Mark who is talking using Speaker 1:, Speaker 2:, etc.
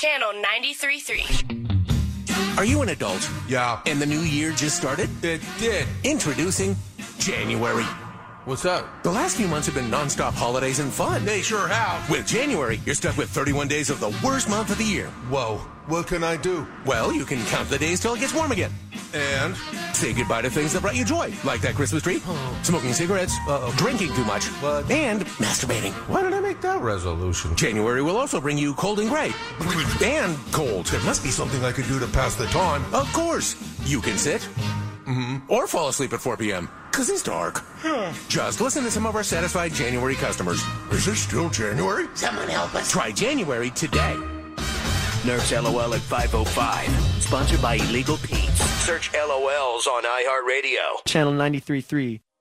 Speaker 1: Channel 93.3.
Speaker 2: Are you an adult?
Speaker 3: Yeah,
Speaker 2: And the new year just started?
Speaker 3: it did.
Speaker 2: Introducing January.
Speaker 3: What's up?
Speaker 2: The last few months have been nonstop holidays and fun.
Speaker 3: They sure have.
Speaker 2: With January, you're stuck with 31 days of the worst month of the year.
Speaker 3: Whoa, what can I do?
Speaker 2: Well, you can count the days till it gets warm again.
Speaker 3: And
Speaker 2: Say goodbye to things that brought you joy, like that Christmas tree, smoking cigarettes, drinking too much,
Speaker 3: What?
Speaker 2: and masturbating.
Speaker 3: why did I make that resolution?
Speaker 2: January will also bring you cold and gray. and cold.
Speaker 3: There must be something I could do to pass the time.
Speaker 2: Of course. You can sit. Mm-hmm. Or fall asleep at 4 p.m. Because it's dark. Just listen to some of our satisfied January customers.
Speaker 3: Is it still January?
Speaker 4: Someone help us.
Speaker 2: Try January today.
Speaker 5: Nerf's LOL at 505. Sponsored by Illegal Pete's. Search LOLs on iHeartRadio.
Speaker 6: Channel 93.3